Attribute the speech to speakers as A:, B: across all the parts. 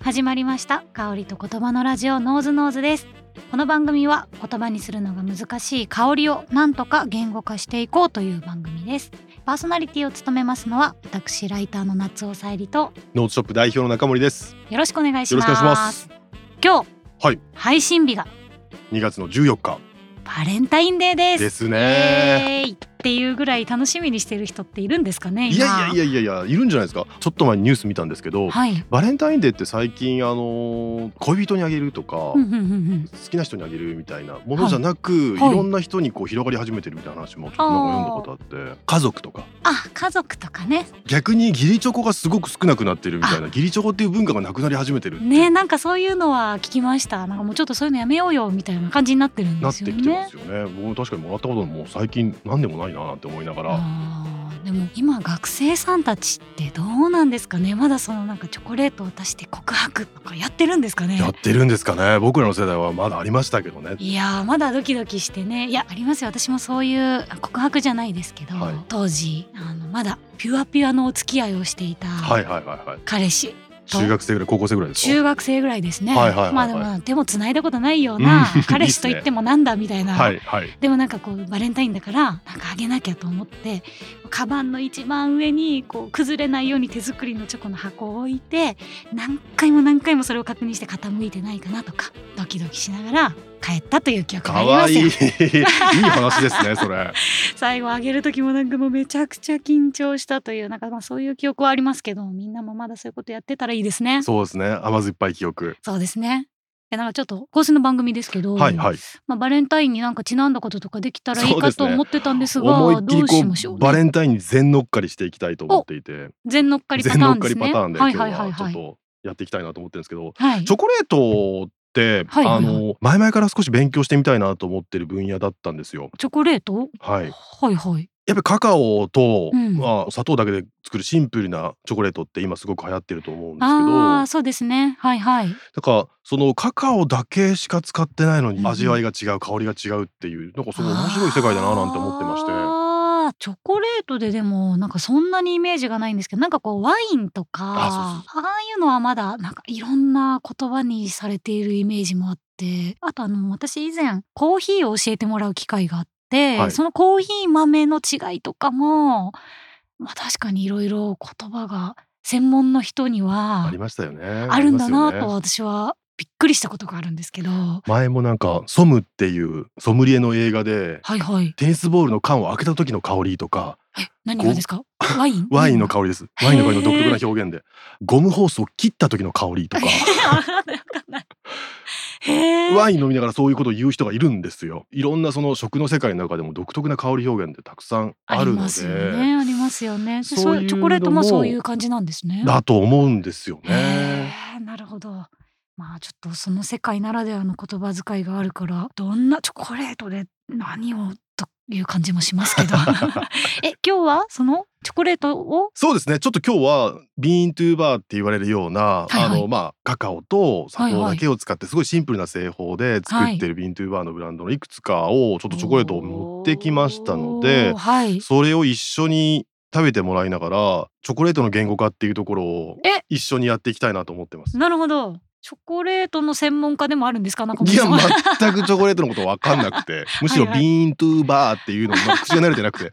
A: 始まりました香りと言葉のラジオノーズノーズですこの番組は言葉にするのが難しい香りをなんとか言語化していこうという番組ですパーソナリティを務めますのは私ライターの夏尾さえりと
B: ノートショップ代表の中森です。
A: よろしくお願いし
B: よろ
A: ま
B: し
A: す
B: くお願いします。
A: 今日、
B: はい
A: 配信日が
B: 2月の14日
A: バレンタインデーです
B: ですね。
A: イエーイっていうぐらい楽しみにしてる人っているんですかね
B: い
A: 今
B: やいやいやいやいやいるんじゃないですか。ちょっと前にニュース見たんですけど、
A: はい、
B: バレンタインデーって最近あのー恋人にあげるとか。
A: うんうんうんうん、
B: 好きな人にあげるみたいなものじゃなく、
A: はい
B: い
A: はい
B: ろんな人にこう広がり始めてるみたいな話もちょっとなんか読んだことあって家族とか
A: あ家族とかね
B: 逆に義理チョコがすごく少なくなってるみたいな義理チョコっていう文化がなくなり始めてるって
A: ねなんかそういうのは聞きましたなんかもうちょっとそういうのやめようよみたいな感じになってるん
B: な
A: です
B: ってき
A: よ
B: て
A: ね。
B: ますよね僕も確かにもらったこともう最近何でもないなって思いながら、
A: あーでも今学生さんたちってどうなんですかねまだそのなんかチョコレートを渡して告白とかやってるんですかね
B: やってるんですかね僕らの世代はまだありましたけどね
A: いやーまだドキドキしてねいやありますよ私もそういうあ告白じゃないですけど、
B: はい
A: 当時あのまだピュアピュアのお付き合いをしていた
B: はいはいはいはい
A: 彼氏、
B: 中学生ぐらい高校生ぐらいですか
A: 中学生ぐらいですね、
B: はいはいはいはい
A: まあでも手もつないだことないような
B: うん
A: 彼氏と言ってもなんだみたいな
B: はいはい
A: でもなんかこうバレンタインだからなんかあげなきゃと思ってカバンの一番上にこう崩れないように手作りのチョコの箱を置いて何回も何回もそれを確認して傾いてないかなとかドキドキしながら帰ったという記憶があ
B: か
A: りま
B: わ
A: す
B: いい い
A: よ
B: い話ですねそれ
A: 最後あげる時もなんかもうめちゃくちゃ緊張したというなんかまあそういう記憶はありますけどみんなもまだそういうことやってたらいいですね。
B: そうですね甘酸っぱい記憶
A: そうですねでなんかちょっと香水の番組ですけど、
B: はいはい
A: まあ、バレンタインになんかちなんだこととかできたらいい
B: そう
A: か
B: です
A: と
B: ね
A: 思ってたんですが
B: 思いっき
A: ど
B: り
A: う
B: こ
A: しましょう、
B: うバレンタインに全乗っかりしていきたいと思っていて
A: 全乗っかりパタ
B: 全
A: ー
B: 乗っ
A: ンで
B: か
A: す
B: りパ
A: ね。
B: ターンで
A: は
B: 今
A: い
B: 日
A: はいはい
B: はちょ
A: は
B: っ
A: い。
B: とやっていきたいなと思ってるんですけど
A: はい
B: チョコレートって
A: はいはい
B: あの前々から少し勉強してみたいなと思ってる分野だったんですよ
A: チョコレート？
B: はい
A: はいはい。
B: やっぱりカカオと、
A: うん
B: まあ、砂糖だけで作るシンプルなチョコレートって今すごく流行ってると思うんですけ
A: ああ
B: ど
A: そうですね。はいはい。
B: だからそのカカオだけしか使ってないの
A: うん
B: に味わいが違う、香りが違うっていうなんかすごい面白い世界だななんて思ってまして
A: ああチョコレートででもなんかそんなにイメージがないんですけど、なんかこうワインとかあ
B: あ
A: あいうのはまだなんかいろんな言葉にされているイメージもあって、あとあの私以前コーヒーを教えてもらう機会があって、
B: はい
A: そのコーヒー豆の違いとかも、まあ確かにいろいろ言葉が専門の人には
B: ありましたよね。
A: あるんだな
B: あり
A: と
B: ますよね
A: 私はびっくりしたことがあるんですけど、は
B: 前もなんかソムっていうソムリエの映画で
A: いはい。
B: テニスボールの缶を開けた時の香りとか
A: え何がですか？ワイン？
B: ワインの香りです
A: へー
B: ワインの香りの独特な表現でゴムホースを切った時の香りと か
A: わかんないわかんない。へえ。
B: ワイン飲みながらそういうことを言う人がいるんですよ。いろんなその食の世界の中でも独特な香り表現ってたくさんある
A: り
B: の
A: ますよ
B: で、
A: ね。ありますよね。でそう
B: そういうのも
A: チョコレートもそういう感じなんですね。
B: だと思うんですよ
A: へ
B: ね。
A: え。なるほど。まあちょっとその世界ならではの言葉遣いがあるから、どんなチョコレートで何をという感じもしますけ ど。え今日はそのチョコレートを
B: そうですね。ちょっと今日はビーントゥーバーって言われるような、
A: はいはい
B: あのまあカカオと砂
A: はい
B: 糖
A: はい
B: だけを使ってすごいシンプルな製法で作ってるビーントゥーバーのブランドのいくつかをちょっとチョコレートを持ってきましたので
A: おー、はい。
B: それを一緒に食べてもらいながらチョコレートの言語化っていうところを
A: え
B: 一緒にやっていきたいなと思ってます。
A: なるほど。チョコレートの専門家でもあるんですか、中
B: い
A: 森
B: や
A: さんは。
B: 全くチョコレートのこと分かんな くてむしろ
A: はい
B: ビ
A: はい
B: ーントゥーバーっていうのも口が慣れてなく て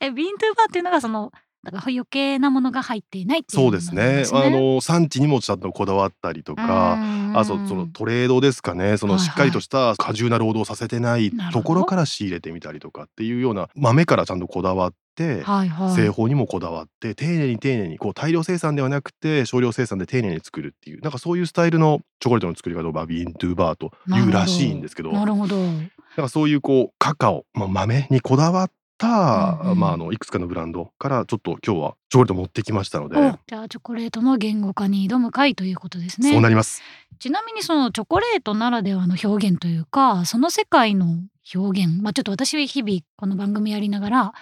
A: え、ビーントゥーバーっていうのがその、なんか余計なものが入っていないっていう
B: そうですねあの産地にもちゃんとこだわったりとか。あそうそのトレードですかねそ
A: は
B: の
A: いはい
B: しっかりとした過重な労働をさせてない
A: なるほど
B: ところから仕入れてみたりとかっていうような豆からちゃんとこだわって
A: はいはい。
B: 製法にもこだわって丁寧に丁寧にこう大量生産ではなくて少量生産で丁寧に作るっていうなんかそういうスタイルのチョコレートの作り方をバビーントゥーバーというらしいんですけど
A: なるほど。
B: なんかそういうこうカカオ、まあ、豆にこだわった、
A: うんうん
B: まあ、あのいくつかのブランドからちょっと今日はチョコレート持ってきましたので、
A: おじゃあチョコレートの言語化に挑む回ということです
B: そうな
A: ね。
B: ります。
A: ちなみにそのチョコレートならではの表現というか、その世界の表現、まあちょっと私は日々この番組やりながら、あ、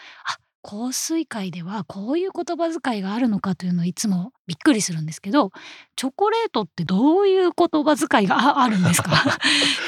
A: 香水界ではこういう言葉遣いがあるのかというのをいつもびっくりするんですけど、チョコレートってどういう言葉遣いがあ あるんですか。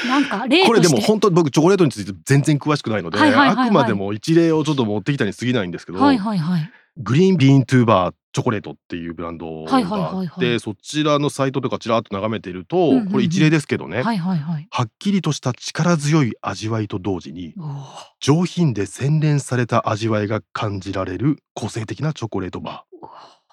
A: なんか例として
B: これでも本当僕チョコレートについて全然詳しくないので、
A: はいはいはいはい
B: あくまでも一例をちょっと持ってきたに過ぎないんですけど、
A: はいはいはい。
B: グリーンビーントゥーバーっチョコレートっていうブランドが
A: はいはいはい
B: あ
A: はい
B: ってそちらのサイトとかちらっと眺めてると、
A: んうんうん
B: これ一例ですけどね、
A: はいはいはい。
B: はっきりとした力強い味わいと同時に
A: おー
B: 上品で洗練された味わいが感じられる個性的なチョコレートバー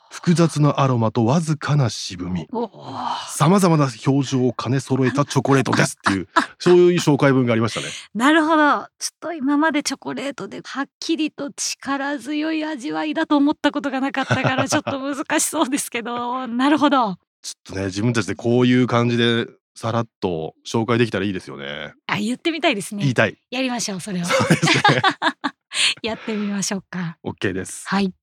B: 複雑なアロマとわずかな渋み
A: おー
B: さまざまな表情を兼ね揃えたチョコレートですっていうそういう紹介文がありましたね。
A: なるほどちょっと今までチョコレートではっきりと力強い味わいだと思ったことがなかったからちょっと難しそうですけどなるほど
B: ちょっとね自分たちでこういう感じでさらっと紹介できたらいいですよね。
A: あ言ってみたいです
B: 言
A: ね
B: いたい。
A: やりましょうそれを やってみましょうか
B: OK です。
A: はい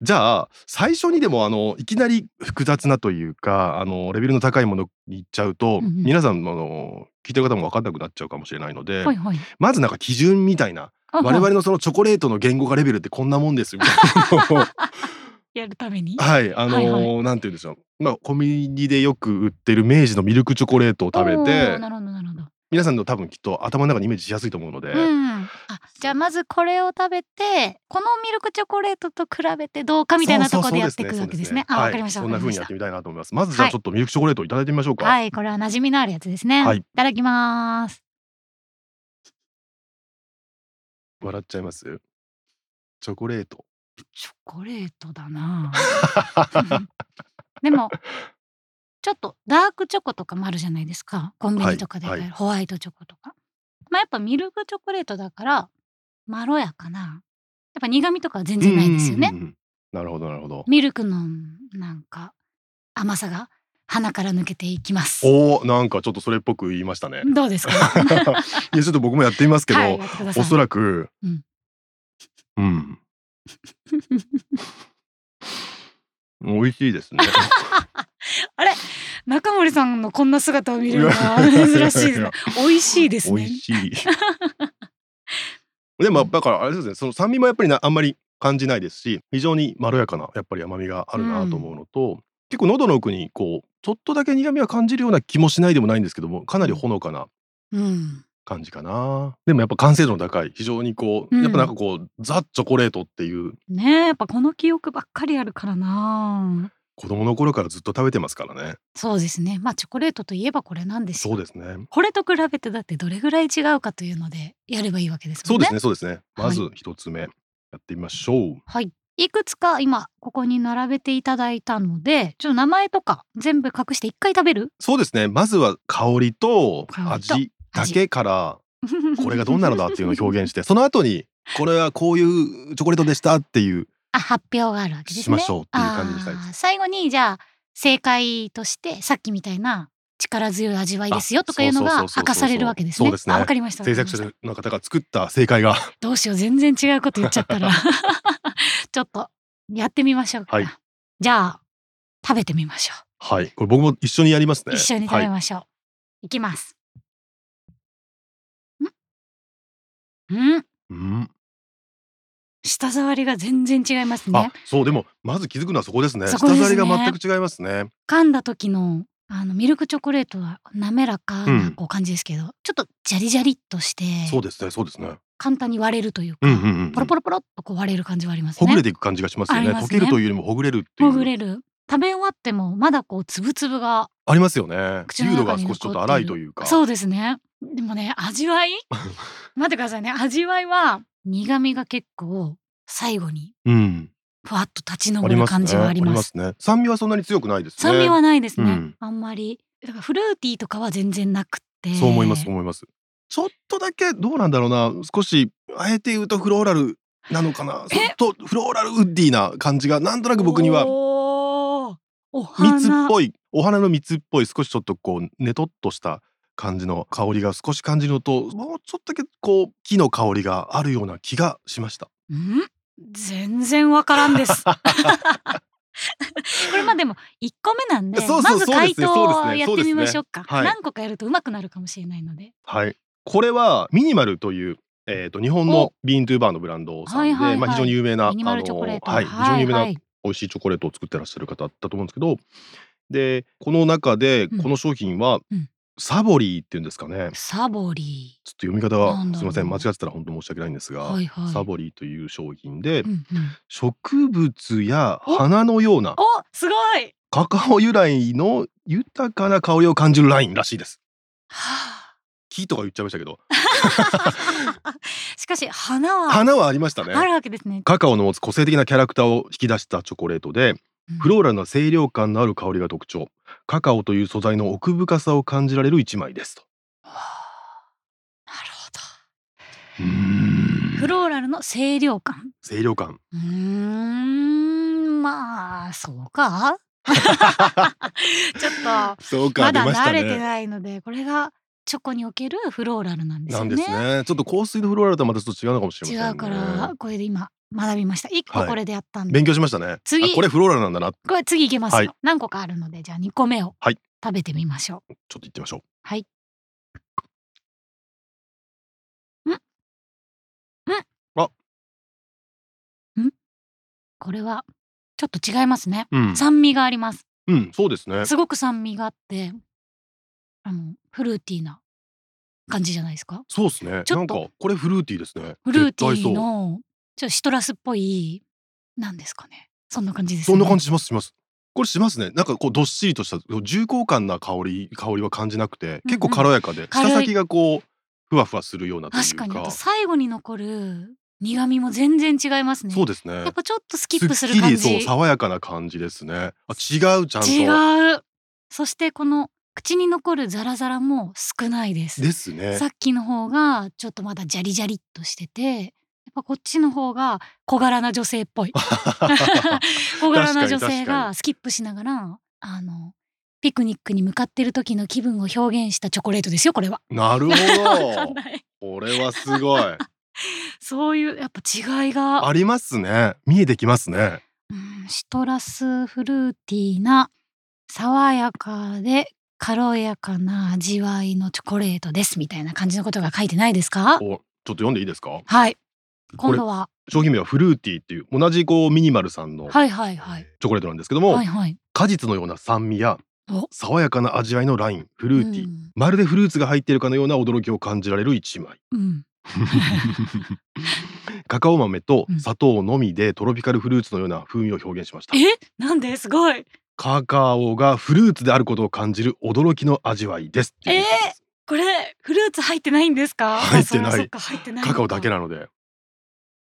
B: じゃあ最初にでもあのいきなり複雑なというかあのレベルの高いものに行っちゃうと、
A: うんうん
B: 皆さんあの聞いてる方も分かんなくなっちゃうかもしれないので、
A: はいはい
B: まずなんか基準みたいな
A: あ
B: 我
A: は
B: 々
A: い
B: のそのチョコレートの言語化レベルってこんなもんですみたいな のを
A: やるために
B: はいあのー
A: はい
B: なんて言うんでしょうまあコンビニでよく売ってる明治のミルクチョコレートを食べ
A: おー
B: て
A: なるほどなるほど
B: 皆さんの多分きっと頭の中にイメージしやすいと思うので、
A: うん、あじゃあまずこれを食べてこのミルクチョコレートと比べてどうかみたいなところでやっていくわけですね。あわかりました
B: そ
A: わ
B: ん
A: か
B: な
A: り
B: 風
A: ま
B: に
A: し
B: やったて。みたいなと思いますまずじ
A: は
B: ゃあ
A: い
B: ちょっとミルクチョコレートをいただいてみましょうか、
A: はいこれは馴染みのあるやつですね。
B: はい
A: いただきます。
B: 笑っちゃいますチョコレート
A: チョコレートだな。 でもちょっとダークチョコとかもあるじゃないですかコンビニとかで買える、
B: はい
A: ホワイトチョコとか。まあやっぱミルクチョコレートだからまろやかなやっぱ苦味とかは全然ないですよね
B: うん。うんうんうんなるほどなるほど
A: ミルクのなんか甘さが鼻から抜けていきます。
B: おーなんかちょっとそれっぽく言いましたね
A: どうですか。
B: いやちょっと僕もやってみますけど、
A: はい、やってください。
B: おそらく
A: うん
B: うん、美味しいですね
A: 中森さんのこんな姿を見るのはい
B: やいやいやい
A: 珍
B: や
A: しいですね。美味しいです
B: 美
A: ね
B: 味。し いでもだからあれですねその酸味もやっぱりなあんまり感じないですし非常にまろやかなやっぱり甘みがあるなと思うのと、結構喉の奥にこうちょっとだけ苦みは感じるような気もしないでもないんですけどもかなりほのかな
A: うん。
B: 感じかなでもやっぱ完成度の高い非常にこう、
A: うん
B: やっぱなんかこうザ・チョコレートっていう
A: ねえ、やっぱこの記憶ばっかりあるからな。
B: 子供の頃からずっと食べてますからね
A: そうですね。まあチョコレートといえばこれなんです
B: そう
A: よ。
B: ですね
A: これと比べてだってどれぐらい違うかというのでやればいいわけです
B: そ
A: も
B: うん
A: ね。
B: ですねそうですねまず一つ目、やってみましょう
A: はい。いくつか今ここに並べていただいたので、ちょっと名前とか全部隠して一回食べる。
B: そうですねまずは香りと
A: 香りと
B: 味だけからこれがどんなのだっていうのを表現
A: し
B: してその後にこれはこういうチョコレートでしたっていう
A: あ発表があるわけですね。
B: しましょうっていう感じにしたいです
A: あー最後にじゃあ正解としてさっきみたいな力強い味わいですよとかいうの
B: あ
A: が
B: そうそうそうそうそう
A: 明かされるわけですね。
B: そうですね
A: あわかりました。
B: 制
A: わかりま
B: 作者
A: し
B: の方が作った正解 が
A: たどうしよう全然違うこと言っちゃ ったらちょっとやってみましょうか。
B: はい
A: じゃあ食べてみましょ
B: はいこれ僕も一緒にやります
A: う。
B: ね
A: 一緒に食べ
B: はい、
A: ましょう。い、きます。ん？うん？
B: うん
A: 舌触りが全然違いますね
B: あ。そうでもまず気づくのはそこですね
A: そこですね
B: 舌触りが全く違いますね
A: 噛んだ時のあのミルクチョコレートは滑らか
B: う
A: なんこう感じですけど、ちょっとジャリジャリっとして
B: そうですねそうですね
A: 簡単に割れるというか、
B: うんうんうん
A: ポロポロポロっとこう割れる感じはあります
B: ほ
A: ね。
B: ぐれていく感じがしますよね
A: あります
B: 溶
A: ね
B: けるというよりもほぐれるっていう
A: ほぐれる食べ終わってもまだこうつぶつぶが
B: ありますよね
A: 口の
B: 粒度
A: 中
B: が
A: に残ってる
B: 少しちょっと荒いというか
A: そうですねでもね味 わい待ってくださいね味わいは苦味が結構最後に
B: うん
A: ふわっと立ち上
B: あり
A: る
B: ますね
A: 感じはあります。
B: ありますね酸味はそんなに強くないですね
A: 酸味はないですね、
B: うん
A: あんまりだからフルーティーとかは全然なくて
B: そう思います思いますちょっとだけどうなんだろうな少しあえて言うとフローラルなのかなちょっとフローラルウッディな感じがなんとなく僕には
A: おーお花
B: 蜜っぽいお花の蜜っぽい少しちょっとこうねとっとした感じの香りが少し感じるのともうちょっとだけこう木の香りがあるような気がしました
A: ん全然わからん です。これまあでも1個目なんで
B: そうそう
A: まず
B: そうで
A: 回
B: すね
A: 答
B: そう
A: を
B: ですね
A: やってみましょうか
B: そうですねはい
A: 何個かやるとうまくなるかもしれないので
B: はいこれはミニマルというえー、と日本のビーントゥーバーのブランドさん
A: はい
B: で、
A: はいはい
B: まあ、非常に有名な
A: ミニマルチョコレート
B: あのはい、非常に有名な
A: はい
B: 美味しいチョコレートを作ってらっしゃる方だと思うんですけどでこの中で
A: うん
B: この商品は
A: うん
B: サボリーっていうんですかね
A: サボリ
B: ちょっと読み方
A: な
B: は
A: んだ
B: す
A: ろ
B: み
A: う
B: ません間違ってたら本当申し訳ないんですが、
A: ー。はいはい。
B: サボリーという商品で、
A: うんうん、
B: 植物や
A: お
B: 花のような
A: おすご い。
B: カカオ由来の豊かな香りを感じるラインらしいです
A: は
B: 木とか言っちゃいましたけど
A: あしかし花は
B: 花はありました
A: あ
B: ね
A: るわけですね。
B: カカオの持つ個性的なキャラクターを引き出したチョコレートで
A: うん
B: フローラルな清涼感のある香りが特徴カカオという素材の奥深さを感じられる一枚ですと
A: はあなるほど。フ
B: フロ
A: ローラルの清涼感。
B: 清涼感
A: うーんまあそう かちょっ
B: そう
A: と
B: か
A: まだ
B: 出ました
A: 慣れ
B: ね
A: てないのでこれがチョコにおけるフローラルなんです
B: な
A: よ
B: ん
A: ね
B: ですねちょっと香水のフローラルとはまたちょっと違うのかもしれませんね
A: 違うからこれで今学びました一個
B: はい
A: これでやったんで、
B: 勉強しましたね
A: 次
B: あこれフローラルなんだなちょ
A: これ次いけますよ、
B: はい
A: 何個かあるのでじゃあ2個目を
B: はい
A: 食べてみましょう、
B: っと言ってみましょう
A: これはちょっと違いますね、
B: うん、
A: 酸味があります
B: うん、そうですね
A: すごく酸味があってあのフルーティーな感じじゃないですか
B: そうですね
A: ちょ
B: な
A: っ
B: ん
A: と
B: かこれフルーティーですね
A: フルーティ
B: 絶対そ
A: ー
B: う
A: のちょっとシトラスっぽいなんですかねそんな感じです、ね、
B: そんな感じしますしますこれしますねなんかこうどっしりとした重厚感な香り香りは感じなくて結構軽やかで、
A: 軽い
B: 舌先がこうふわふわするようなという
A: 確か
B: か
A: にあと最後に残る苦味も全然違いますね
B: そうですね
A: やっぱちょっとスキップする
B: っき
A: 感
B: り
A: じ
B: そう爽やかな感じですねあ違うちゃんと
A: 違うそしてこの口に残るザラザラも少ないです
B: ですね
A: さっきの方がちょっとまだジャリジャリっとしててやっぱこっちの方が小柄な女性っぽい 小柄な女性
B: 確か
A: がスキップしながらあのピクニックに向かってる時の気分を表現したチョコレートですよこれは。
B: なるほ
A: わかん
B: ど
A: ない
B: これはすごい
A: そういうやっぱ違いが、
B: ありますね見えてきますね
A: うん、シトラスフルーティーな爽やかで軽やかな味わいのチョコレートですみたいな感じのことが書いてないですか
B: おちょっと読んでいいですか
A: はい
B: こ
A: 今
B: れ
A: 度は
B: 商品名はフルーティーっていう同じこうミニマルさんのチ
A: はいはいはい
B: ョコレートなんですけども、
A: はいはい
B: 果実のような酸味や
A: お
B: 爽やかな味わいのラインフルーティー、
A: うん
B: まるでフルーツが入っているかのような驚きを感じられる一枚
A: うん
B: カカオ豆と
A: うん
B: 砂糖のみでトロピカルフルーツのような風味を表現しました
A: えなんですごい
B: カカオがフルーツであることを感じる驚きの味わいですっていうことです
A: これフルーツ入ってないんですか
B: 入ってない
A: あそうそっか入ってないの
B: カ
A: か
B: カオだけなので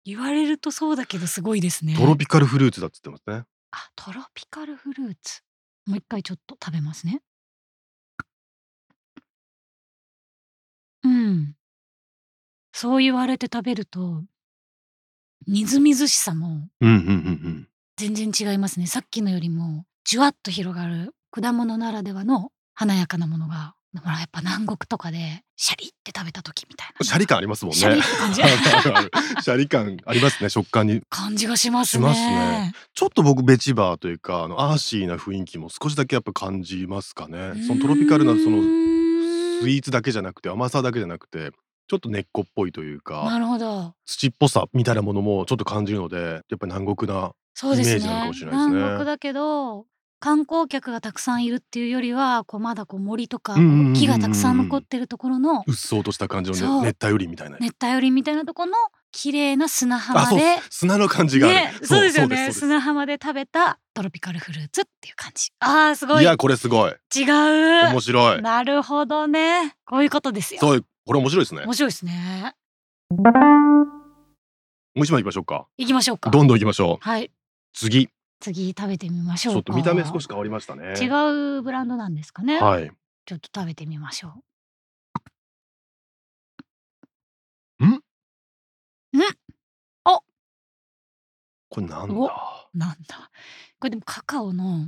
A: 言われるとそうだけどすごいですね
B: トロピカルフルーツだっつってますね
A: あトロピカルフルーツもう一回ちょっと食べますねうんそう言われて食べるとみずみずしさも
B: うんうんうんうん
A: 全然違いますねさっきのよりもじゅわっと広がる果物ならではの華やかなものがほらやっぱ南国とかでシャリって食べた時みたいな
B: シャリ感ありますもんね
A: シャリって感じ
B: あるあるある シャリ感ありますね食感に
A: 感じがしますね
B: しますねちょっと僕ベチバーというかあのアーシーな雰囲気も少しだけやっぱ感じますかねそのトロピカルなそのスイーツだけじゃなくて甘さだけじゃなくてちょっと根っこっぽいという
A: な
B: か
A: るほど
B: 土っぽさみたいなものもちょっと感じるのでやっぱり南国な
A: そうですね
B: イメージなのかもしれないですね
A: 南国だけど観光客がたくさんいるっていうよりはこうまだこう森とかこ
B: うんうんうんうんう
A: うん木がたくさん残ってるところの
B: うっそうとした感じ
A: そ
B: の、
A: う
B: ね、熱帯雨林みたいな、
A: 熱帯雨林みたいなところの綺麗な砂
B: あ
A: 浜
B: そう
A: で。
B: 砂の感じがある、
A: ね、そうですよね
B: そうです
A: 砂浜で食べたトロピカルフルーツっていう感じあーすごい
B: い
A: 違
B: やこれすごいう面白い
A: なるほどねこういうことですよ
B: そういうこれ面白いですね
A: 面白いですね
B: もう一枚いきましょうか
A: 行きましょうか
B: どんどんいきましょう
A: はい
B: 次
A: 次食べてみまし
B: ち
A: ょう
B: ょ
A: か
B: っと見た目少し変わりましたね
A: 違うブランドなんですかね、
B: はい
A: ちょっと食べてみましょう。
B: ん
A: ん
B: これなん
A: お
B: だ
A: なんだこれでもカカオの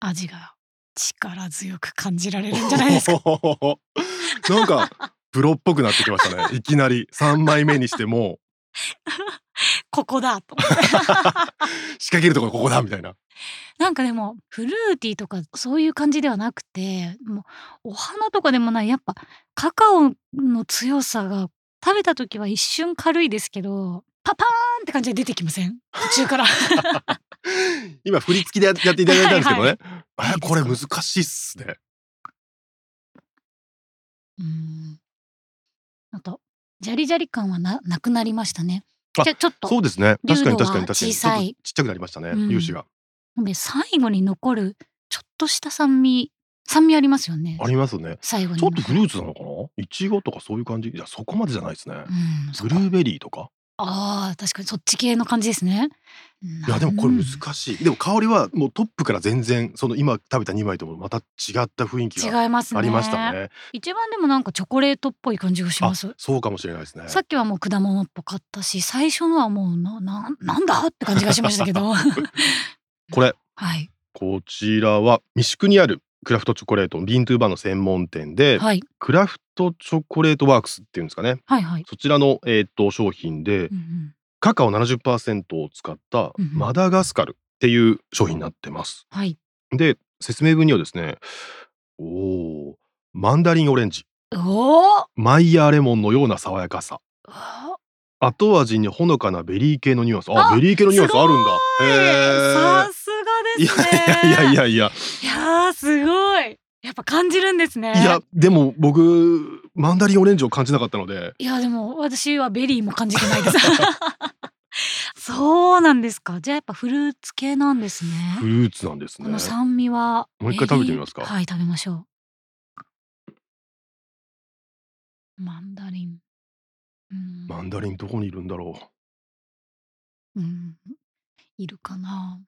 A: 味が力強く感じられるんじゃないですか
B: なんかプロっぽくなってきましたねいきなり三枚目にしても
A: ここだと思って
B: 仕掛けるところここだみたいな
A: なんかでもフルーティーとかそういう感じではなくてもうお花とかでもないやっぱカカオの強さが食べた時は一瞬軽いですけどパパーンって感じで出てきません途中から
B: 今振り付きでややっていただいたんですけどね、
A: はいはい
B: えこれ難しいっすね
A: うーん。あと、じゃりじゃり感はななくなりましたね。
B: あ
A: じゃちょっと。
B: そうですね確か
A: 粒
B: に
A: 度
B: 確
A: が
B: かに確かに
A: 小さい
B: ちょっとちっちゃくなりましたね、
A: うん
B: 粒子が
A: で最後に残るちょっとした酸味酸味ありますよね
B: ありますね
A: 最後に
B: ちょっ
A: 残
B: と
A: る
B: フルーツなのかないちごとかそういう感じいやそこまでじゃないですね、
A: うんそ
B: ブ
A: こ
B: ルーベリーとか
A: ああ確かにそっち系の感じですね
B: いやでもこれ
A: うん
B: 難しい、でも香りはもうトップから全然その今食べた2枚ともまた違った雰囲気が
A: 違いますね
B: ありましたね
A: 一番でもなんかチョコレートっぽい感じがし
B: あ
A: ます
B: そうかもしれないですね
A: さっきはもう果物っぽかったし最初のはもうなななんだって感じがしましたけど
B: これ
A: はい
B: こちらは三宿にあるクラフトチョコレートビントゥーバーの専門店で、
A: はい
B: クラフトチョコレートワークスっていうんですかね
A: はいはい、
B: そちらの、えーっと商品で、
A: うんうん
B: カカオ70%を使っ
A: う
B: た
A: んうん
B: マダガスカルっていう商品になってます。
A: はい
B: で説明文にはですねおーマンダリンオレンジ
A: おー
B: マイヤーレモンのような爽やかさ
A: あ
B: 後味にほのかなベリー系のニュアンスあ
A: あ
B: ベリー系のニュアンスあるんだ
A: ー
B: へ
A: さすが
B: えい
A: ですね
B: やいやいや
A: い
B: いや
A: やーすごいやっぱ感じるんですね
B: いやでも僕マンダリンオレンジを感じなかったので
A: いやでも私はベリーも感じてない ですそうなんですかじゃあやっぱフルーツ系なんですね
B: フルーツなんです
A: こ
B: ね
A: の酸味は
B: もう一回食べてみますか
A: ベリーはい食べましょうマンダリンうん
B: マンダリンどこにいるんだろ
A: うんいるかな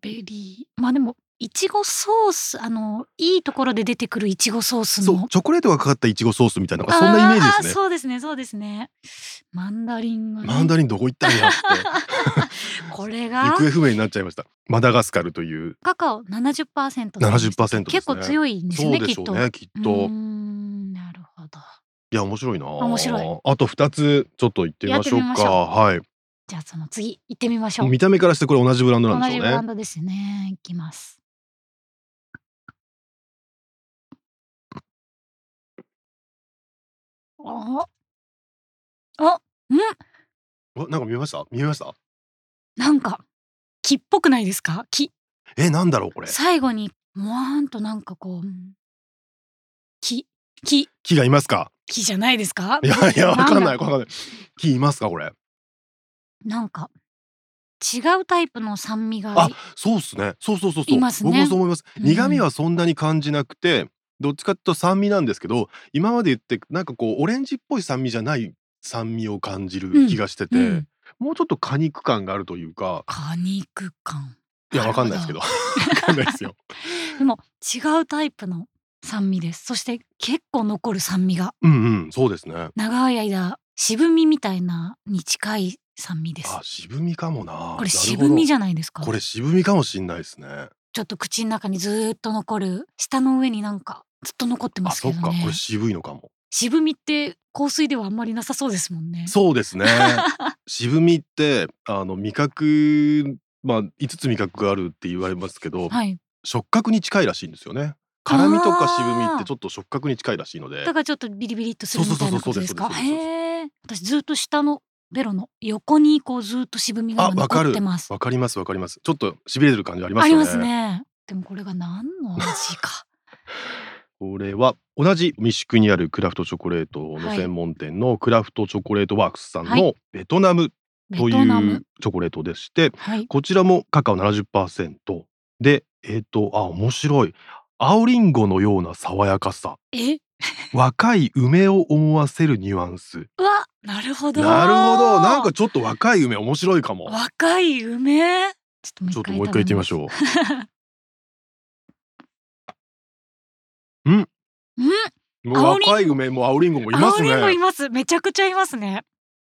A: ベリーまあでもいちごソースあのいいところで出てくるいちごソー
B: う
A: ス
B: そう
A: の
B: チョコレートがかかったいちごソースみたいななんかそんなイメージ
A: あ
B: ですね
A: そうですねそうですねマンダリンはね
B: マンダリンどこ行ったんや って
A: これが
B: 行方不明になっちゃいましたマダガスカルという
A: カカオ70%
B: 70%
A: です
B: ですね
A: 結構強いんですよ
B: そう
A: ね
B: で
A: き
B: し
A: っ
B: ょ
A: と
B: うねきっ
A: うー
B: と
A: んなるほど
B: いや面白いな
A: 面白い
B: あと二つちょっと行ってみましょう
A: やってみましょ
B: か
A: う
B: はい
A: じゃあその次行ってみましょ
B: も
A: う
B: う見た目からしてこれ同じブランドなん
A: 同
B: で
A: じ
B: しょ
A: ブ
B: うね
A: ランドですねいきますああうん
B: わなんか見えました見えました
A: なんか木っぽくないですか木
B: えなんだろうこれ
A: 最後にもわーんとなんかこううん木木
B: 木がいますか
A: 木じゃ ないですか
B: いやいやわかんな
A: な
B: い
A: ん
B: わかんない木いますかこれ
A: なんか違うタイプの酸味が
B: あ
A: あり
B: そうっすねそうそうそうそう
A: いますね
B: 僕もそう思います、
A: うん
B: 苦味はそんなに感じなくてどっちかっていうと酸味なんですけど今まで言ってなんかこうオレンジっぽい酸味じゃない酸味を感じる気がしてて、
A: うん
B: もうちょっと果肉感があるというか
A: 果肉感
B: いやわかんないですけどわかんないですよ
A: でも違うタイプの酸味ですそして結構残る酸味が
B: うんうんそうですね
A: 長い間渋みみたいなに近い酸味です
B: あ渋みかもな
A: これ渋みじ
B: ゃ
A: ゃないですか
B: これ渋みかもしんないですね
A: ちょっと口の中にずーっと残る舌の上になんかずっと残ってま
B: あ
A: す
B: そ
A: け
B: っ
A: ど
B: かこ
A: ね
B: れ渋いのかも
A: 渋みって香水ではあんまりなさそうですもんね
B: そうで すね渋みってあの味覚まあ5つ味覚があるって言われますけど、
A: はい
B: 触覚に近いらしいんですよね辛みとか渋みっ
A: あー
B: てちょっと触覚に近いらしいので
A: だからちょっとビリビリっとするみたいなことですか
B: そうそうそうそうです
A: へえ私ずっと下のベロの横にこうずーっと渋みが今
B: あわか
A: 残
B: る
A: ってます
B: わかりますわかりますちょっとしびれてる感じありま
A: あ
B: す
A: り
B: よね
A: ますね。でもこれが何の味か。
B: これは同じ三宿にあるクラフトチョコレートの
A: はい
B: 専門店のクラフトチョコレートワークスさん
A: は
B: のベトナム
A: ベ
B: とい
A: トナム
B: う。チョコレートでして、
A: はい。
B: こちらもカカオ70%でえっ、とあ面白い青リンゴのような爽やかさ
A: え、
B: 若い梅を思わせるニュアンス
A: うわ、なるほど。
B: なるほどなんかちょっと若い梅面白いかも
A: 若い梅。ちょっともう一
B: ちょっ
A: 回
B: ともう一回言ってみまし
A: う。
B: ょうもう
A: 青リンゴ
B: 若い梅も青リンゴもいま
A: 青
B: す
A: りんごい
B: ね
A: ます。めちゃくちゃいますね。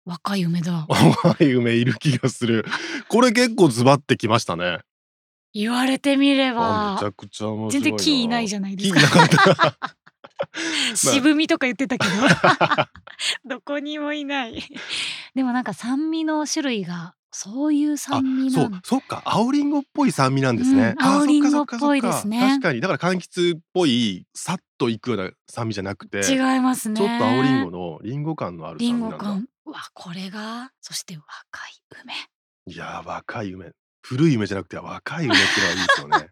A: 若い梅だ。
B: 若い梅いる気がする これ結構ズバってきましたね
A: 言われてみれ
B: あめち
A: ば。
B: ゃくちゃ面白いな
A: 全然木いない じゃないです
B: 木いな
A: か。
B: かった
A: 渋みとか言ってたけど。どこにもいない。 でもなんか酸味の種類が。そういう酸味
B: そ
A: な
B: うん
A: だ。
B: そっか青リンゴっぽい酸味なんですね、
A: うん
B: あ
A: 青リンゴ
B: そかそか
A: っぽいですね
B: そっか確かにだから柑橘っぽいさっといくような酸味じゃなくて
A: 違いますね。
B: ちょっと青リンゴのリンゴ感のある
A: リ
B: 酸
A: ン
B: 味なん
A: ゴ
B: だ
A: 感うわこれがそして若い梅
B: いやー若い梅古い梅じゃなくて 若い梅ってのはいいですよね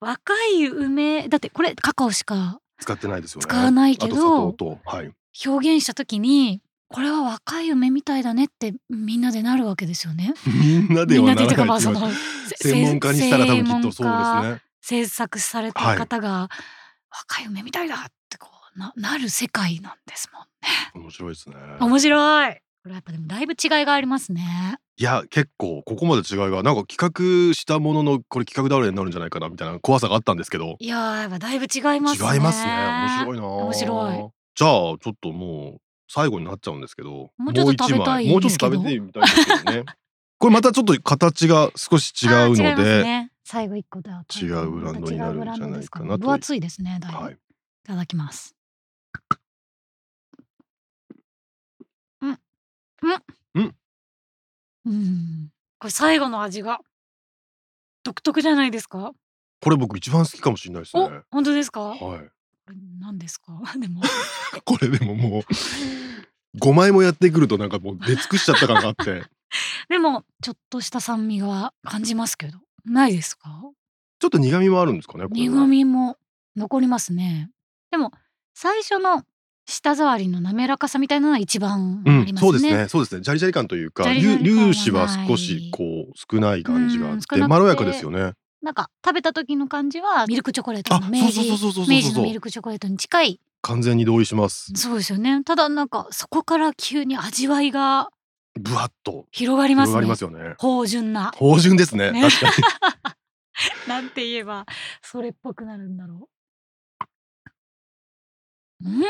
A: 若い梅だってこれカカオしか
B: 使ってないですよね。
A: 使わないけど
B: あと砂糖と、はい、
A: 表現した時にこれは若い梅みたいだねってみんなでなるわけですよね。
B: みんなで
A: みん
B: は
A: なで
B: な
A: という
B: らない
A: かまあ
B: 気
A: そ
B: が
A: の
B: 専門家にしたら多分きっとそうですね。
A: 制作された方が、若い梅みたいだってこうななる世界なんですもんね。
B: 面白いですね。
A: 面白い。これはやっぱでもだいぶ違いがありますね。
B: いや結構ここまで違いがなんか企画したもののこれ企画倒れになるんじゃないかなみたいな怖さがあったんですけど
A: いやーやっぱだいぶ違いますね。
B: 違いますね面白いな
A: 面白
B: じゃあちょっともう最後になっちゃうんですけど
A: もうちょっと食べたい
B: も
A: んで
B: う一枚もうちょっ
A: す
B: と
A: けど
B: 食べてみたいんですけどねこれまたちょっと形が少し違う
A: あー
B: の
A: 違います
B: で、
A: ね、最後一個では
B: 違うブランドになるんじゃないか
A: また違うブ
B: なと
A: ランドですね分厚いですね。だいぶ、、
B: はいい、
A: ただきます。うんうんうんこれ最後の味が独特じゃないですか。
B: これ僕一番好きかもしれないですね
A: お本当ですか。こ
B: は
A: れ何ですか。 でも
B: いこれでももう5枚もやってくるとなんかもう出尽くしちゃった感があって
A: でもちょっとした酸味が感じますけどないですか。
B: ちょっと苦味もあるんですかねこれは
A: 苦味も残りますねでも最初の舌触りの滑らかさみたいなのは一番ありますね、
B: そうですね。そうですね。ジャリジャリ感というか、
A: ジャリジャリ感は
B: 粒子は
A: ない
B: 少しこう少ない感じがあ
A: うん
B: っ
A: 少
B: て、
A: なくて
B: まろやかですよね。
A: なんか食べた時の感じはミルクチョコレート
B: あ
A: の、
B: そ
A: 明
B: うそう
A: 治
B: そうそうそう
A: 明
B: そう
A: 治の
B: そ
A: ミ
B: う
A: ル。クチョコレートに近い
B: 完全に同意します。
A: そうですよねただなんかそこから急に味わいが
B: ぶわっと
A: 広がりますね
B: 広がりますよね。
A: 芳醇な
B: 芳醇ですね。
A: ね
B: 確かに。
A: なんて言えばそれっぽくなるんだろう。ん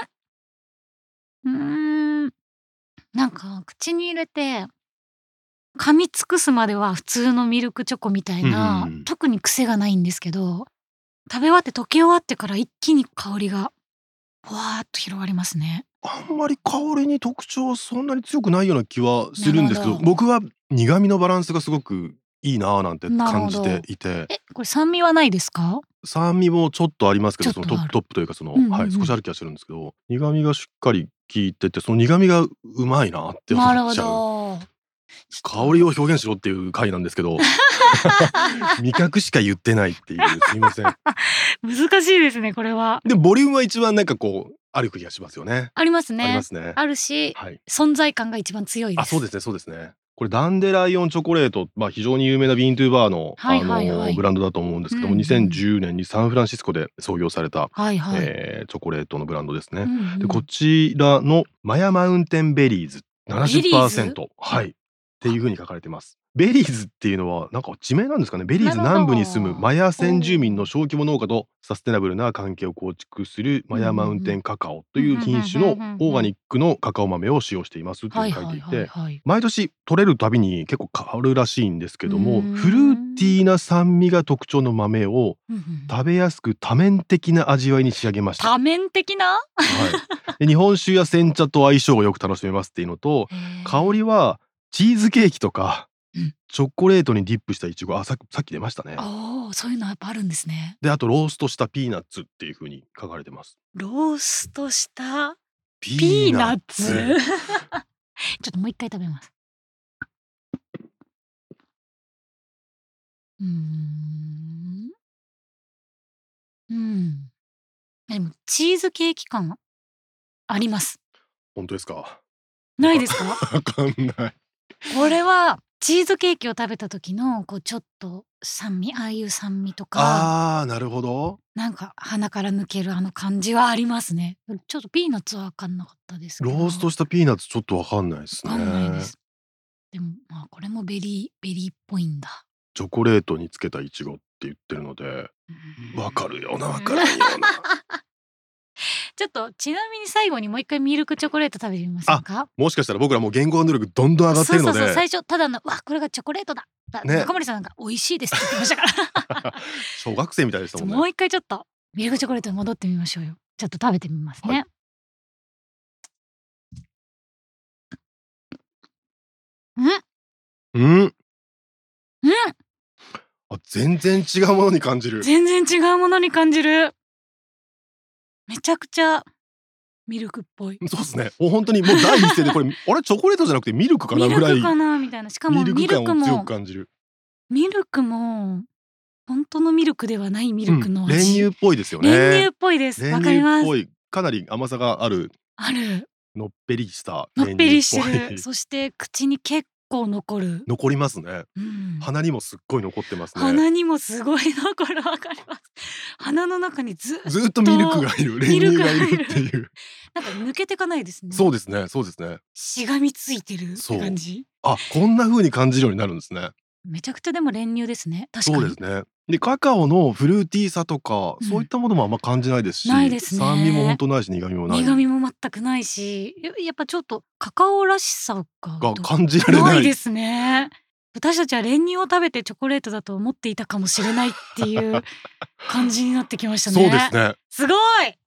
A: うーんなんか口に入れて噛み尽くすまでは普通のミルクチョコみたいな、
B: うんうんうん
A: 特に癖がないんですけど食べ終わって溶け終わってから一気に香りがふわーっと広がりますね。
B: あんまり香りに特徴はそんなに強くないような気はするんですけ
A: なるほ
B: ど、
A: ど
B: 僕は苦味のバランスがすごくいいなぁなんて感じていて、
A: えこれ酸味はないですか
B: 酸味もちょっとありますけど、
A: ち
B: そ
A: ょっ
B: の
A: と
B: ト
A: あ
B: ッ
A: る
B: プトップというかそ
A: う
B: の、
A: んうんうん
B: はい少しある気がするんですけど、苦味がしっかり効いてて、その苦味がうまいなぁって思
A: なる
B: っ
A: ほ
B: ちゃう。
A: ど。
B: 香りを表現しろっていう回なんですけど味覚しか言ってないっていうすいません
A: 難しいですねこれは。
B: でもボリュームは一番なんかこうある気がしますよね
A: あります
B: あり
A: ね
B: ま。すね
A: あるし
B: はい
A: 存在感が一番強いです。
B: あそうですねそうですねこれダンデライオンチョコレート、まあ、非常に有名なビーントゥーバーの,、
A: はいはい
B: あ
A: はい
B: のブランドだと思うんですけども、
A: うんうん
B: 2010年にサンフランシスコで創業された、
A: はいはい。
B: えーチョコレートのブランドですね、
A: うんうん
B: でこちらのマヤマウンテンベリーズ
A: ベリー
B: 70%はいっていうふうに書かれてます。ベリーズっていうのはなんか地名なんですかねベリーズ
A: なるほど
B: 南部に住むマヤ先住民の小規模農家とサステナブルな関係を構築するマヤマウンテンカカオという品種の
A: うんうんうんうん
B: オーガニックのカカオ豆を使用していますっていう
A: はい
B: のが書
A: はいい
B: てい
A: はい
B: て
A: はい。
B: 毎年取れるたびに結構変わるらしいんですけど
A: う
B: も
A: ん
B: フルーティーな酸味が特徴の豆を
A: うんうん
B: 食べやすく多面的な味わいに仕上げました
A: 多面的な
B: はい、で日本酒や煎茶と相性をよく楽しめますっていうのと香りはチーズケーキとか
A: うん
B: チョコレートにディップしたいちごあささっき出ましたね
A: おおそういうのやっぱあるんですね。
B: であとローストしたピーナッツっていう風に書かれてます
A: ローストしたピ
B: ピ
A: ーナッツ。
B: ーナッ
A: ちょっともう一回食べます。うーん。うん。でもチーズケーキ感あります。
B: 本当ですか
A: ないですか？
B: わかんない
A: これはチーズケーキを食べた時のこうちょっと酸味ああいう酸味とか
B: あーなるほど
A: なんか鼻から抜けるあの感じはありますねちょっとピーナッツは分かんなかったですけ
B: ロ
A: ど
B: ーストしたピーナッツちょっとわかんないですね
A: わかんないですでもまあこれもベリーベリーっぽいんだ
B: チョコレートにつけたいちごって言ってるのでわかるようなわからん ような
A: ちょっとちなみに最後にもう一回ミルクチョコレート食べてみませんか
B: もしかしたら僕らもう言語能力どんどん上がってるの
A: そ
B: で
A: うそうそう最初ただの「わこれがチョコレートだ」だ
B: ね
A: 中森さんなんか「美味しいです」って言ってましたから
B: 小学生みたいでしたもんね
A: もう一回ちょっとミルクチョコレートに戻ってみましょうよちょっと食べてみますね、うん
B: うん
A: う
B: あ全然違うものに感じ
A: ん
B: る
A: 全然違うものに感じるめちゃくちゃミルクっぽい
B: そうですねもう本当にもう第一声で これあれチョコレートじゃなくてミルクかな
A: ミ
B: ぐ
A: ル
B: らい
A: クかなみたいなしかも
B: ミ
A: ミ
B: ル
A: ルク
B: ク感を強く
A: も
B: 感じる
A: ミルクも本当のミルクではないミルクの
B: うん練
A: 味、
B: 乳っぽいですよね
A: 練乳っぽいですわかり
B: っ
A: ます
B: ぽいかなり甘さがある
A: ある
B: のっぺりした
A: のっぺりし
B: 練乳
A: て
B: っぽい
A: るそして口に結構残る、
B: 残りますね
A: うん、
B: 鼻にもすっごい残ってますね
A: 鼻にもすごいなこれわかり ます鼻の中にずっと
B: ずーっとミルクがいる練
A: ミル
B: 乳
A: ク
B: が
A: が
B: い
A: いる
B: るっていう
A: なんか抜けてかないですね
B: そうですねそうですね
A: しがみついてるっ
B: そう
A: て感じ
B: あこんな風に感じるようになるんですね
A: めちゃくちゃでも練乳ですね確か
B: そ
A: に
B: うですねでカカオのフルーティーさとか、
A: うん
B: そういったものもあんま感じないですし
A: ないですね
B: 酸味も本当ないし苦味もない
A: 苦味も全くないしややっぱちょっとカカオらしさが
B: が感じられない
A: ないですね私たちは練乳を食べてチョコレートだと思っていたかもしれないっていう 感じになってきましたね
B: そうですね
A: すごい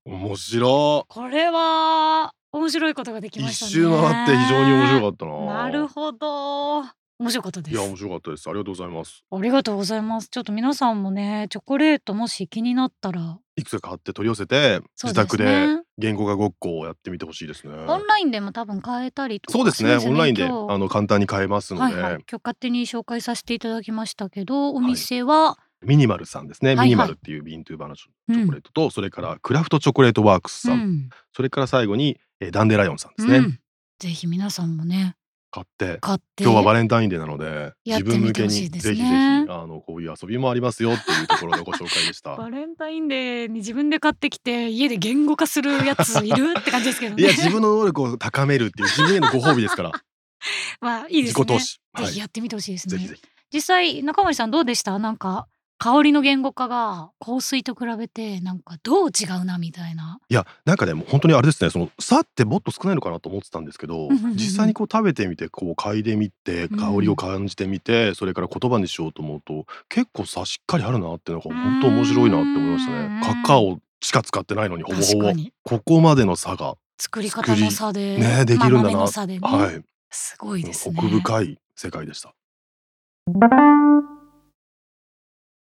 B: 面白
A: これは面白いことができ
B: い
A: ま
B: 一
A: したね
B: 周回って非常に面白かったな
A: なるほど面白かったで
B: い
A: す
B: や面白かったですありがとうございます
A: ありがとうございますちょっと皆さんもねチョコレートもし気になったら
B: いくつか買って取り寄せて、
A: そうで
B: 自宅
A: す
B: で
A: ね
B: 言語化ごっこをやってみてほしいですね
A: オンラインでも多分買えたりとか
B: そうですね
A: し
B: オンラインであ
A: 今日
B: の簡単に買えますの
A: はい
B: で、
A: はい、今日勝手に紹介させていただきましたけどお店は、
B: ミニマルさんですね、
A: いはい
B: ミニマルっていうビーントゥーバーのチ
A: う
B: ョ
A: ん
B: コレートと、それからクラフトチョコレートワークスさん、
A: うん
B: それから最後に、えーダンデライオンさんですね、
A: うんぜひ皆さんもね
B: 買って
A: 買って
B: 今日はバレンタインデーなので
A: やって
B: 自分
A: み
B: 向
A: て
B: け
A: ほ
B: に
A: しい
B: ぜひ
A: で
B: ぜ
A: すね
B: ひあのこういう遊びもありますよっていうところでご紹介でした
A: バレンタインデーに自分で買ってきて家で言語化するやついるって感じですけど
B: い
A: ね
B: や自分の能力を高めるっていう自分へのご褒美ですから
A: まあ いいです
B: 自
A: ね
B: 己投資は
A: ぜ
B: い
A: ひやってみてほしいですね、
B: ぜひぜひ
A: 実際中森さんどうでしたなんか香りの言語化が香水と比べてなんかどう違うなみたいない
B: やなんかねもう本当にあれですねその差ってもっと少ないのかなと思ってたんですけ
A: う
B: ど
A: んうんうん
B: 実際にこう食べてみてこう嗅いでみて
A: うん
B: 香りを感じてみて、それから言葉にしようと思うと結構差しっかりあるなっていうのが本当面白いなって思いましたね
A: うん
B: カカオしか使ってないのにほぼほ
A: 確
B: ぼ
A: かに
B: ここまでの差が
A: 作り方の差で、
B: 作りねできる
A: まあ
B: んだな
A: 豆の差でね、
B: はい
A: すごいですね
B: 奥深い世界でした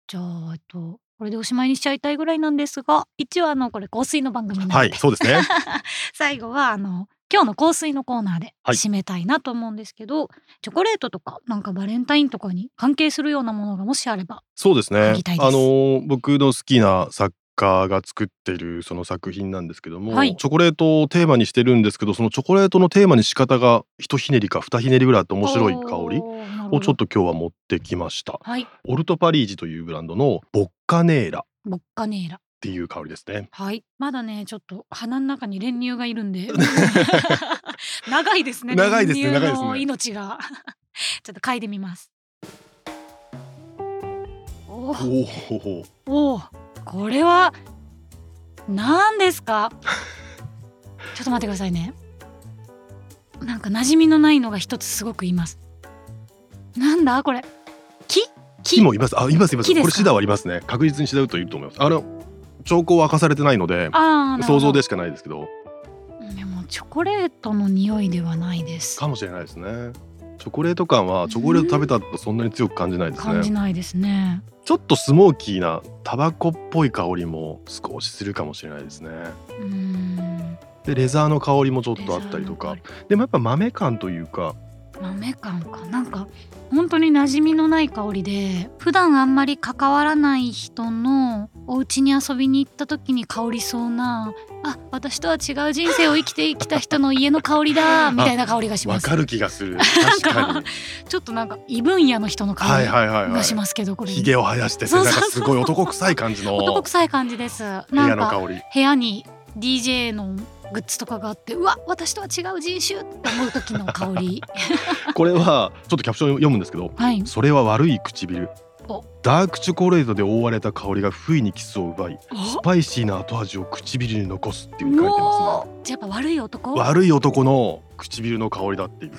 A: じゃあ、えっと、これでおしまいにしちゃいたいぐらいなんですが、一応あの、これ香水の番組なので、
B: はいそうですね
A: 最後はあの、今日の香水のコーナーで
B: はい
A: 締めたいなと思うんですけど、チョコレートとか、なんかバレンタインとかに関係するようなものがもしあれば。
B: そうですね
A: 聞きたいです
B: あのー僕の好きな作家が作ってるその作品なんですけども、
A: はい
B: チョコレートをテーマにしてるんですけどそのチョコレートのテーマに仕方が一ひねりか二ひねりぐらいあって面白い香り
A: おーなるほど
B: をちょっと今日は持ってきました
A: はい、
B: オルトパリージというブランドのボッカネーラっ
A: ボッカネーラ。
B: ていう香りですね
A: はい、まだね、ちょっと鼻の中に練乳がいるん で。 長いですね。
B: 長いですね
A: 練乳
B: 長いですね
A: の命が。 ちょっと嗅いでみます。おー
B: おお
A: おおこれは何です かちょっと待ってくださいねなんか馴染みのないのが一つすごくいますなんだこれ木木
B: 木もいますあいますいます
A: 木ですか
B: これシダはありますね確実にシダウといると思いますあの兆候は明かされてないので
A: あーなるほ
B: 想
A: ど
B: 像でしかないですけど
A: でもチョコレートの匂いではないです
B: かもしれないですねチョコレート感はチョコレート食べたとそんなに強く感じないです
A: 感じ
B: ね
A: ないですね
B: ちょっとスモーキーなタバコっぽい香りも少しするかもしれないですね
A: うーん
B: でレザーの香りもちょっとあったりとか
A: レザーの
B: でもやっぱ豆感というか
A: 香り豆感かなんか本当に馴染みのない香りで普段あんまり関わらない人のお家に遊びに行った時に香りそうなあ私とは違う人生を生きてきた人の家の香り だみたいな香りがしま
B: わ
A: す
B: かる気がする確か
A: なん
B: に
A: ちょっとなんか異分野の人の
B: は
A: 香
B: いはいはい
A: り
B: は
A: がし
B: い
A: ますけど、これ
B: ひげを生やして背
A: そうそう
B: 中
A: そう
B: すごい男臭い感じ
A: 男
B: の
A: 臭い感じですなん
B: 部屋の
A: か
B: 香り
A: 部屋に DJ のグッズとかがあってうわ私とは違う人種って思う時の香 り
B: これはちょっとキャプションを読むんですけど
A: はい
B: それは悪い唇
A: お
B: ダークチョコレートで覆われた香りが不意にキスを奪いス
A: お
B: パイシーな後味を唇に残すっていうふうに書いてますね
A: おーじゃあやっぱ悪い男
B: 悪い男の唇の香り だっていう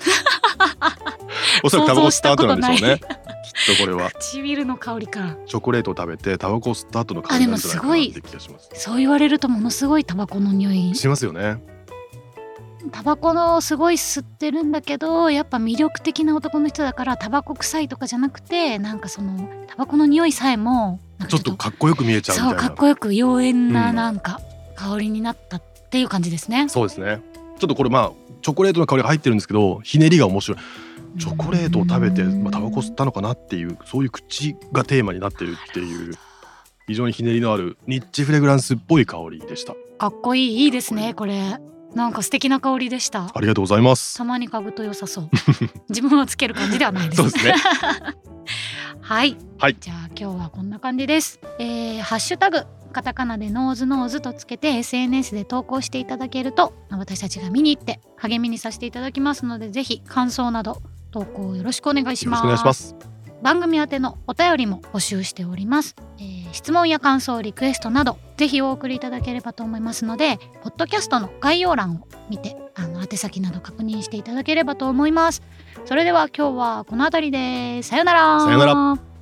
B: おそらくタバコ吸った後なんでしょう
A: 想像
B: ね
A: し
B: きっとこれは
A: 唇の香りか
B: チョコレートを食べてタバコを吸った後の香りなんじゃないかなって気がします
A: そう言われるとものすごいタバコの匂い
B: しますよね
A: タバコのすごい吸ってるんだけどやっぱ魅力的な男の人だからタバコ臭いとかじゃなくてなんかそのタバコの匂いさえもなん
B: ちょっとかっこよく見えちゃうみ
A: そう
B: たい
A: かっ
B: な
A: こよく妖艶
B: う
A: なんなんか香りになったっていう感じですね、
B: そうですねちょっとこれまあチョコレートの香りが入ってるんですけどひねりが面白いチョコレートを食べて、まあ、タバコ吸ったのかなっていうそういう口がテーマになってるっていう非常にひねりのあるニッチフレグランスっぽい香りでした
A: かっこいいいいですねこれなんか素敵な香りでした
B: ありがとうございます
A: たまに嗅ぐと良さそう自分はつける感じではないです
B: そうですね
A: はい、
B: はい
A: じゃあ今日はこんな感じです、えーハッシュタグカタカナでノーズノーズとつけて SNS で投稿していただけると私たちが見に行って励みにさせていただきますのでぜひ感想など投稿よろしくお願いし
B: よ
A: ま
B: ろし
A: す
B: くお願いします
A: 番組宛てのお便りも募集しております、えー質問や感想リクエストなどぜひお送りいただければと思いますのでポッドキャストの概要欄を見てあの宛先など確認していただければと思いますそれでは今日はこの辺りでさよなら
B: さよな
A: ら